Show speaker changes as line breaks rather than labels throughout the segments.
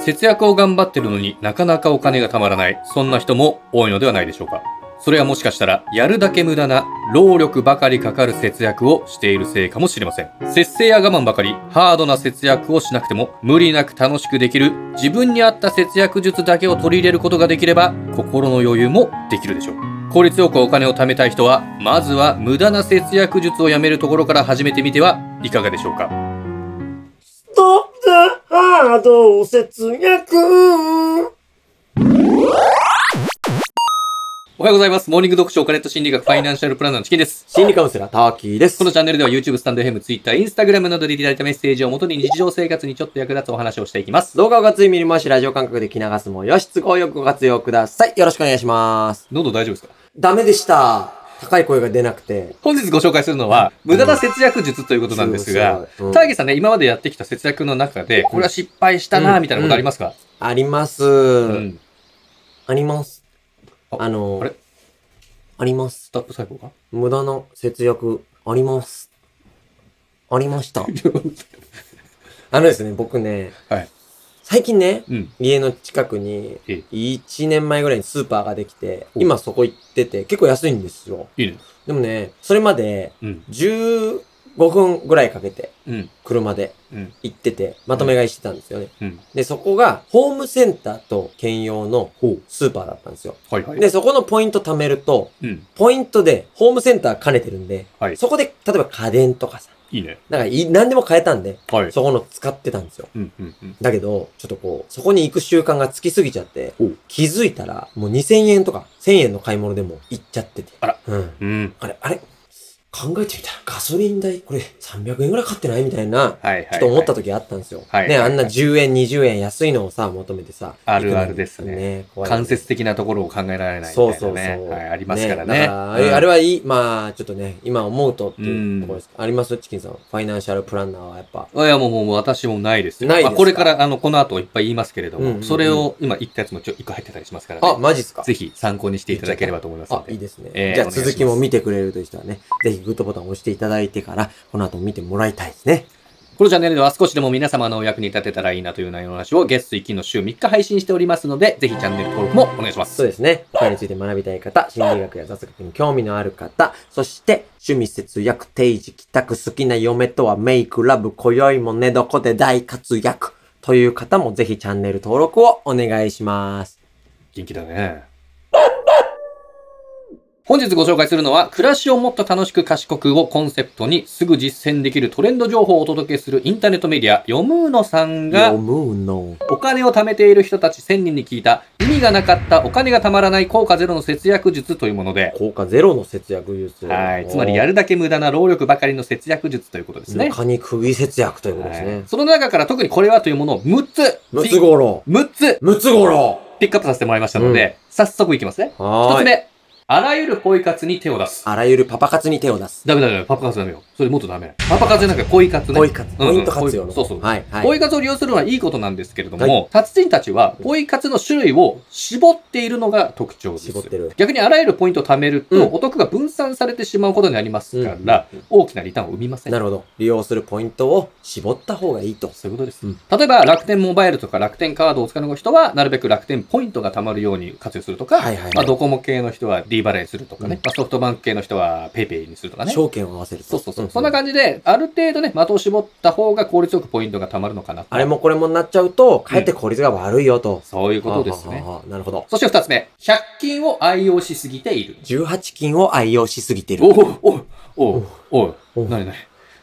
節約を頑張ってるのになかなかお金が貯まらない、そんな人も多いのではないでしょうか。それはもしかしたら、やるだけ無駄な、労力ばかりかかる節約をしているせいかもしれません。節制や我慢ばかり、ハードな節約をしなくても、無理なく楽しくできる、自分に合った節約術だけを取り入れることができれば、心の余裕もできるでしょう。効率よくお金を貯めたい人は、まずは無駄な節約術をやめるところから始めてみてはいかがでしょうか。
ストップハードを節約
おはようございます。モーニング読書お金と心理学ファイナンシャルプランナーのチキンです。
心理カウンセラー、ターキーです
こ。のチャンネルでは YouTube、スタンド FM、Twitter、Instagram などでいただいたメッセージをもとに日常生活にちょっと役立つお話をしていきます。
動画をがつい見るもよし、ラジオ感覚で聞き流すもよし、都合よくご活用ください。よろしくお願いします。
喉大丈夫ですか
ダメでした。高い声が出なくて。
本日ご紹介するのは、無駄な節約術ということなんですが、
そうそう、うん
ターゲさんね、今までやってきた節約の中で、これは失敗したなぁ、みたいなことありますか
あります、
うん。
あります。
あ
あの
あれ
あります。
スタップ細胞か
無駄な節約、あります。あり ました。あのですね、僕ね、
はい
最近ね、
うん。
家の近くに
え、
1年前ぐらいにスーパーができて、
お
今そこ行ってて、結構安いんですよ。
いいね。
でもね、それまで、
うん。
15分ぐらいかけて、
うん。
車で
うん。
行ってて、まとめ買いしてたんですよね。
うん。
で、そこが、ホームセンターと兼用の
ほう。
スーパーだったんですよ。
はいはい。
で、そこのポイント貯めると、
うん。
ポイントで、ホームセンター兼ねてるんで、
はい。
そこで、例えば家電とかさ、
いいね。
なんかい、何でも買えたんで、
はい。
そこの使ってたんですよ。
うん。うん。うん。
だけど、ちょっとこう、そこに行く習慣がつきすぎちゃって
おう、
気づいたら、もう2000円とか1000円の買い物でも行っちゃってて。
あら。
うん。
うん。
あれ、あれ考えてみたら、ガソリン代、これ300円ぐらい買ってないみたいな、
はいはい。
ちょっと思った時あったんですよ。
はい
ね、
は
あ
い
んな10円、20円安いのをさ、求めてさ。
あるあるですね
行くのにね怖いよね
間接的なところを考えられないみたいなね。
そうそうそう。
はい、ありますから
だ
ね。
から
うん
あれはいい、まあ、ちょっとね、今思うとっていうところです。ありますチキンさん。ファイナンシャルプランナーはやっぱ。
いや、もう、もう、私もないですよ。
ないですか
まあこれから、あの、この後いっぱい言いますけれども、
うんうんうん
それを今言ったやつもちょ、一個入ってたりしますから
あ、
ね。
マジっすか
ぜひ参考にしていただければと思いますの
あ、いい
で。
ですね。
えー
じゃあ
お願いします
続きも見てくれるという人はね、ぜひグッドボタンを押していただいてから、この後見てもらいたいですね。
このチャンネルでは少しでも皆様のお役に立てたらいいなという内容の話を月水金の週3日配信しておりますので、ぜひチャンネル登録もお願いします。
そうですね。他について学びたい方、心理学や雑学に興味のある方、そして、趣味節約、定時、帰宅、好きな嫁とはメイク、ラブ、今宵も寝床で大活躍という方もぜひチャンネル登録をお願いします。
元気だね。本日ご紹介するのは、暮らしをもっと楽しく賢くをコンセプトにすぐ実践できるトレンド情報をお届けするインターネットメディア、読むーのさんが
読、むの。
お金を貯めている人たち1000人に聞いた意味がなかったお金が貯まらない効果ゼロの節約術というもので、
効果ゼロの節約術。
はい。つまりや
る
るだけ無駄な労力ばかりの節約術ということですね。
他に釘節約ということです
はい
ね。
その中から特にこれはというものを6つ、
ムツゴロ
6つ
ウ。ムツゴロ
ピックアップさせてもらいましたので、早速いきますね。
ウ
1
は
つ
ーい。
目、あらゆるポイ活に手を出す。
あらゆるパパ活に手を出す。
ダメダメダメ、パパ活ダメよ。それもっとダメ。パパ活じゃなくてポイ活ね。
ポイ活、
うんうん
ポイント活用の。
そうそう
はい、はい。
ポイ活を利用するのはいいことなんですけれども、
は
達人たちはポイ活の種類を絞っているのが特徴です。
絞ってる。
逆にあらゆるポイントを貯めると、
うん
お得が分散されてしまうことになりますから、
うん
大きなリターンを生みません。
なるほど。利用するポイントを絞った方がいいと。
そういうことです、
うん
例えば、楽天モバイルとか楽天カードをお使いの人は、なるべく楽天ポイントが貯まるように活用するとか、
はいはいはい
まあ、ドコモ系の人は D バレーするとかね、
うん
まあ、ソフトバンク系の人は PayPay にするとかね。
証券を合わせると。
そうそうそう。
ん
そんな感じで、ある程度ね、的を絞った方が効率よくポイントが貯まるのかなと
あれもこれもになっちゃうと、かえって効率が悪いよと。
そういうことですね。
はあはあはあなるほど。
そして二つ目。100均を愛用しすぎている。
18金を愛用しすぎてる。
おおおおおお
お
おなになに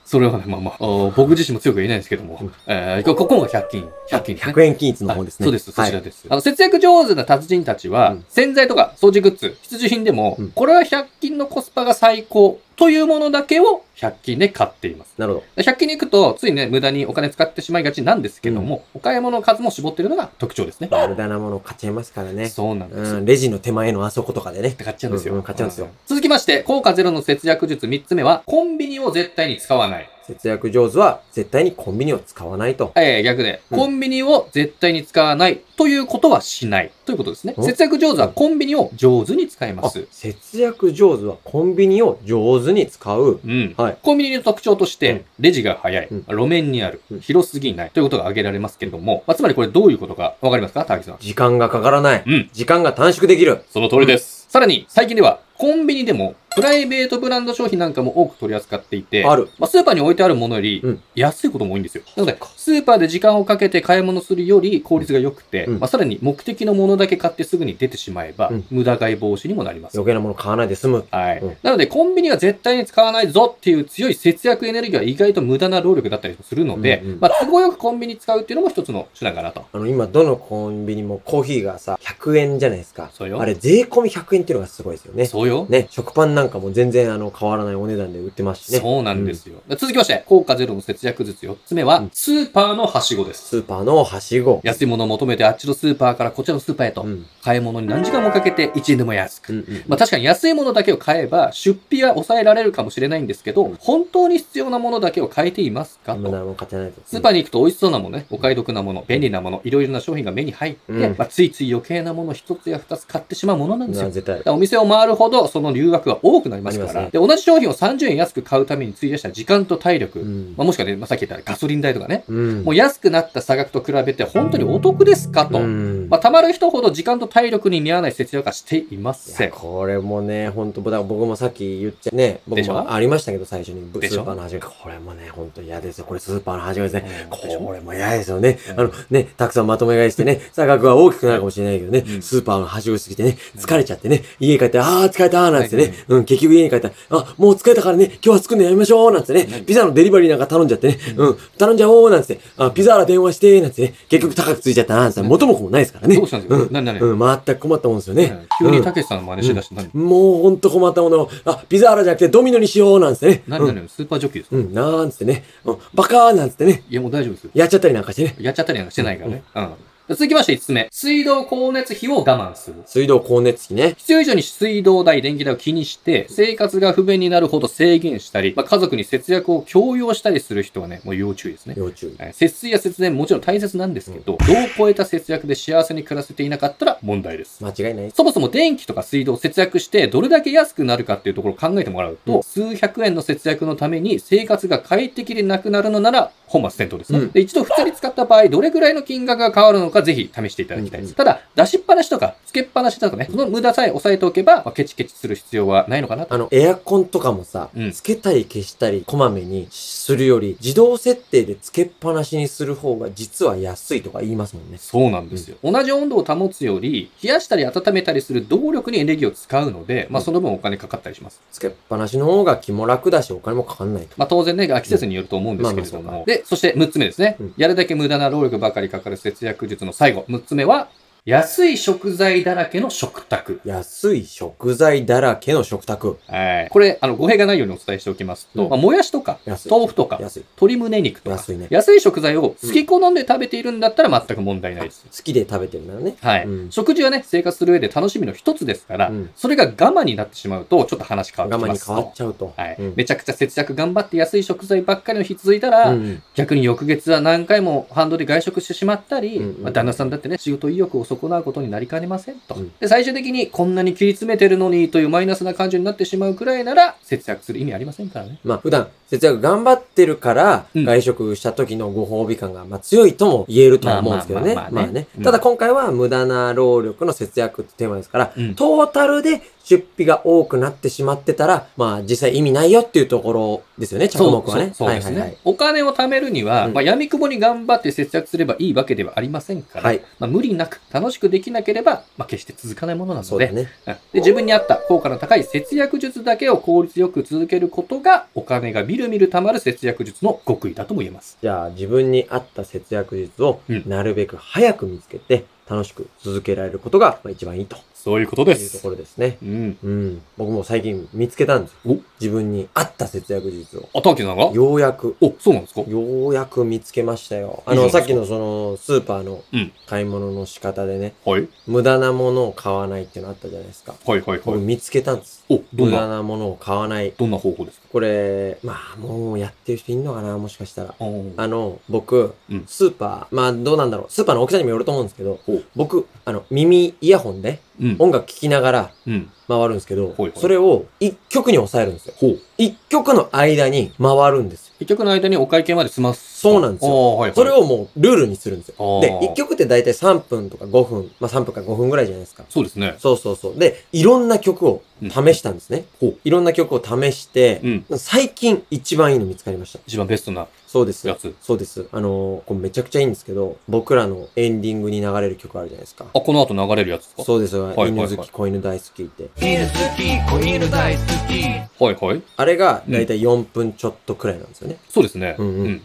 それはね、まあまあ、あー僕自身も強くは言えないんですけども
うん、
えー、こここが100均。100均ですね。
100円均一の方ですね。
そうです、そち
は
ら
い
です。あの、節約上手な達人たちは、
うん
洗剤とか掃除グッズ、必需品でも、
うん
これは100均のコスパが最高というものだけを100均で買っています。
なるほど。
100均に行くと、ついね、無駄にお金使ってしまいがちなんですけども、お買い物の数も絞ってるのが特徴ですね。
まあ無駄なものを買っちゃいますからね。
そうなんですよ
うん、レジの手前のあそことかでね
っ。て買っちゃうんですよ。
うんうん買っちゃうんですよ
続きまして、効果ゼロの節約術3つ目は、コンビニを絶対に使わない。
節約上手は絶対にコンビニを使わないと。
えー、逆で、
うん
コンビニを絶対に使わないということはしないということですね。
うん
節約上手はコンビニを上手に使いま
あ
す。
節約上手はコンビニを上手に使う。
うん。
はい
コンビニの特徴とし
う
て
ん、
レジが早い、
うん
路面にある
うん、
広すぎないということが挙げられますけれども、まあ、つまりこれどういうことかわかりますか高木さん。
時間がかからない。
うん。
時間が短縮できる。
その通りです。さらに、最近では、コンビニでも、プライベートブランド商品なんかも多く取り扱っていて、
ある。
まあ、スーパーに置いてあるものより
うん、
安いことも多いんですよ。なので
そっか、
スーパーで時間をかけて買い物するより効率が良くて、
うん
まあ、さらに目的のものだけ買ってすぐに出てしまえば、
うん
無駄買い防止にもなります。
余計なもの買わないで済む。
はい。
うん
なので、コンビニは絶対に使わないぞっていう強い節約エネルギーは意外と無駄な労力だったりするので、
うんうん
まあ、都合よくコンビニ使うっていうのも一つの手段かなと。
あの、今、どのコンビニもコーヒーがさ、100円じゃないですか。
そうよ
あれ、税込み100円っていうのがすごいですよね。
そうよ。
ね、食パンなんかも全然あの変わらないお値段で売ってますしね。
そうなんですよ。続きまして、効果ゼロの節約術4つ目は
うん、
スーパーのはしごです。
スーパーのはしご。
安いものを求めてあっちのスーパーからこっちのスーパーへと、
うん。
買い物に何時間もかけて1円でも安く。
うんうん。
まあ確かに安いものだけを買えば出費は抑えられるかもしれないんですけど、本当に必要なものだけを買えていますか
無
と。
駄なもん買ってないと。
スーパーに行くと美味しそうなものね、お買い得なもの、便利なもの、いろいろな商品が目に入って、
うん
まあついつい余計なもの一つや二つ買ってしまうものなんです
な
よ。
絶対
だか。らお店を回るほどその留学が多くなりますか
あり
ら、
ます
で、同じ商品を30円安く買うために費やした時間と体力、
うん
まあ、もしくはね、まあ、さっき言ったガソリン代とかね、
うん。
もう安くなった差額と比べて本当にお得ですかと。
うん
まあ、たまる人ほど時間と体力に見合わない節約はしていま
い
せ
や
ん。
これもね、ほんと、だから僕もさっき言っちゃね、僕
でしょ
もありましたけど、最初に、ス
でしょ
ーパーのはしご。これもね、ほんと嫌ですよ。これスーパーのはしごですね。
うんでしょ
これも嫌ですよね
う。ん
あの、ね、たくさんまとめ買いしてね、差額は大きくなるかもしれないけどね
う、ん
スーパーのはしごしすぎてね、疲れちゃってね、家帰って、あー疲れたーなんつって
はい
ね、うん、結局家に帰ったら、あ、もう疲れたからね、今日は作るのやめましょうなんつって
うん
ね、ピザのデリバリーなんか頼んじゃってね、うん、頼んじゃおうなんつって、あ、ピザーラ電話してーなんつってね、結局高くついちゃったなーなんつって、元も子もないですからね。
どうしたんですか
うん
何何
うん、全く困ったもんですよね。
急
う
に
ん
たけしさんの真似しだして何、
もうほんと困ったものを、あ、ピザーラじゃなくてドミノにしようなんつってね。
何何スーパージョッキーですか、
うん、うん、なんつってね。うん、バカーなんつってね。
いや、もう大丈夫ですよ。
やっちゃったりなんかしてね。
やっちゃったりなんかしてないからね。うん。続きまして5つ目。水道光熱費を我慢する。
水道光熱費ね。
必要以上に水道代、電気代を気にして、生活が不便になるほど制限したり、まあ、家族に節約を強要したりする人はね、もう要注意ですね。
要注意。
はい節水や節電もちろん大切なんですけど、度を超えた節約で幸せに暮らせていなかったら問題です。
間違いない。
そもそも電気とか水道を節約してどれだけ安くなるかっていうところを考えてもらうと、
うん
数百円の節約のために生活が快適でなくなるのなら本末転倒ですね、
うん
で。一度普通に使った場合、どれぐらいの金額が変わるのかぜひ試していただきたいです。
うんうん
ただ、出しっぱなしとか、つけっぱなしだとかね、その無駄さえ抑えておけば、まあケチケチする必要はないのかなと。
あの、エアコンとかもさ、
うん
つけたり消したり、こまめにするより、自動設定でつけっぱなしにする方が実は安いとか言いますもんね。
そうなんですよ、同じ温度を保つより、冷やしたり温めたりする動力にエネルギーを使うので、まあその分お金かかったりします。
つけっぱなしの方が気も楽だし、お金もかかんないと。
まあ当然ね、季節によると思うんですけれど
まあまあ
も。で、そして6つ目ですね
うん。
やるだけ無駄な労力ばかりかかる節約術の最後、6つ目は、安い食材だらけの食卓。
安い食材だらけの食卓。
はい。これ、あの、語弊がないようにお伝えしておきますと、
うん
まあもやしとか、
安い。
豆腐とか、
安い。
鶏胸肉とか、
安いね。
安い食材を好き好んで食べているんだったら全く問題ないです。
好きで食べてるならね。
はい、
うん
食事はね、生活する上で楽しみの一つですから、
うん
それが我慢になってしまうと、ちょっと話変わ
我
ってき
慢
ま
に
す
変わっちゃうと。
はい、
うん
めちゃくちゃ節約頑張って安い食材ばっかりの日続いたら、
うん
逆に翌月は何回も反動で外食してしまったり、
うんうん
まあ、旦那さんだってね、仕事意欲を損なうことになりかねませんと、
うん
で。最終的にこんなに切り詰めてるのにというマイナスな感情になってしまうくらいなら、節約する意味ありませんからね。
まあ普段節約頑張ってるから
うん
外食した時のご褒美感がまあ強いとも言えるとは思うんですけどね。
ま
ま
あ
あ
まあまあまあね
ね
うん。
ただ今回は無駄な労力の節約ってテーマですから、
うん
トータルで出費が多くなってしまってたら、まあ実際意味ないよっていうところですよね、着目はね。
そうそうそうですね、
はいはい
お金を貯めるには、
うん
まあ、闇雲に頑張って節約すればいいわけではありませんから、
はい。はい
まあ、無理なく楽しくできなければ、まあ、決して続かないものなの
そう
で
だね。
うんで自分に合った効果の高い節約術だけを効率よく続けることがお金がみるみる貯まる節約術の極意だとも言えます。
じゃあ自分に合った節約術を
うん
なるべく早く見つけて、楽しく続けられることが、まあ、一番いいと
そういうことで
いうと
す。
ころですね。
うん。
うん。僕も最近見つけたんですよ。
お
自分に合った節約術を。
あ、ターキーさんが
ようやく、
お、そうなんですか
ようやく見つけましたよ。あ
いいじ
の、
ゃ
さ
ない
っき
で
のその、スーパーの
うん
買い物の仕方でね、
はい。
無駄なものを買わないっていうのあったじゃないですか。
はいはいは
僕
い。
見つけたんです。
お、ど
無
ん
駄
な、
なものを買わない。
どんな方法ですか
これ、まあ、もうやってる人いんのかなもしかしたら。
あー
あの、僕
うん、
スーパー、まあ、どうなんだろう。スーパーの大きさにもよると思うんですけど
ほう、
僕、あの、耳、イヤホンで
うん。
音楽聴きながら
うん。
回るんですけど
ほいほい、
それを一曲に抑えるんですよ。
ほう。
一曲の間に回るんですよ。
一曲の間にお会計まで済ます。
そうなんですよ
あーはいはい。
それをもうルールにするんです
あー
よ。で、一曲って大体3分とか5分、まあ3分か5分ぐらいじゃないですか。
そうですね。
そうそうそう。で、いろんな曲を試したんですね。
ほう。
いろんな曲を試して
う、ん。
最近一番いいの見つかりました。
一番ベストな
そうです
や。つ。
そうです。あのーこれめちゃくちゃいいんですけど、僕らのエンディングに流れる曲あるじゃないですか。
あ、この後流れるやつですか
そうですよ、
はいはいはい
犬好き、子犬大好きって。
犬好き、子犬大好き。
はいはい。
あれが、だいたい4分ちょっとくらいなんですよね。
そうですね。
うんうん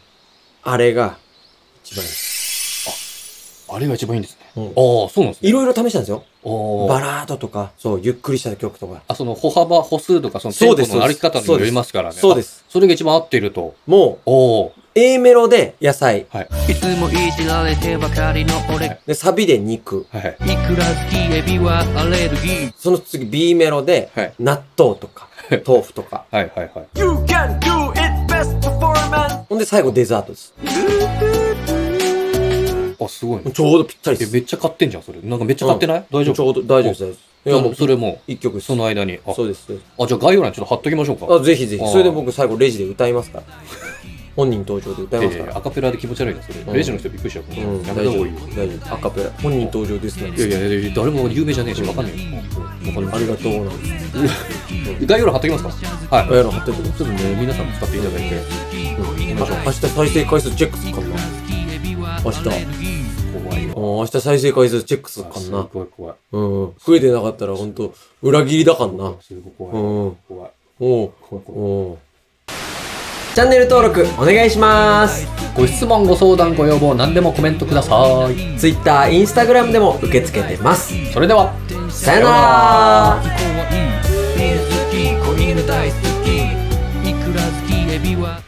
あれが、一番いい
あれが一番いいんですね。
うん
ああ、そうなんですね。
いろいろ試したんですよ。
ろ
バラードとか、そう、ゆっくりした曲とか。
あ、その歩幅、歩数とか、そのテン
そ
ポ
うです
の歩き方にもよりますからね。
そうです
あ。それが一番合っていると。
もう、
おー
A メロで野菜。
はい。
いつもいじられてばかりの俺。
はい
い
で、サビで肉。
はいはい。
くら好きエビはアレルギー。
その次 B メロで、
はい
納豆と か、豆腐とか。
はいはいはい。
You can do it best performance.
ほんで最後デザートです。
あ、すごいね。
ちょうどぴったりで
え、
す。
めっちゃ買ってんじゃん、それ。なんかめっちゃ買ってない、大丈
ちょ
夫
うど大丈夫です、大丈夫です。いや、もう
それも、
一曲です
その間に。あ
そうです。そうです
あ、じゃあ概要欄にちょっと貼っときましょうか。
あ、ぜひぜひ。
あー
それで僕最後レジで歌いますから。本人登場で歌いますか
えー
ら。
アカペラで気持ち悪いな、それ。
ん
レジの人びっくりしちゃうから、
うん、
や
大
めた
丈
方
夫
がいいよ。。
大丈夫。アカペラ。本人登場ですなん
い
て。
やいやいや、誰も有名じゃねえし、わかんねえよ。うんわか
あ
り
り
ま
がとうなんです。
す。概要欄貼っときますかはい。
あやろう貼っといてくだ
ちょっとね、皆さんも使っていただいて、
うんあ明日再生回数チェックするかな。明日。
怖い
あー
よ。
明日再生回数チェックするか
す
な。
ごい怖い。
うん。増えてなかったら本当裏切りだからな。
すごいう怖い。
ん。
怖い。
おう。
怖い怖い。
おう。チャンネル登録お願いします。
ご質問、ご相談、ご要望、何でもコメントください。
Twitter、Instagram でも受け付けてます。
それでは、
さよなら
犬好き、子犬大好き。いくら好きエビは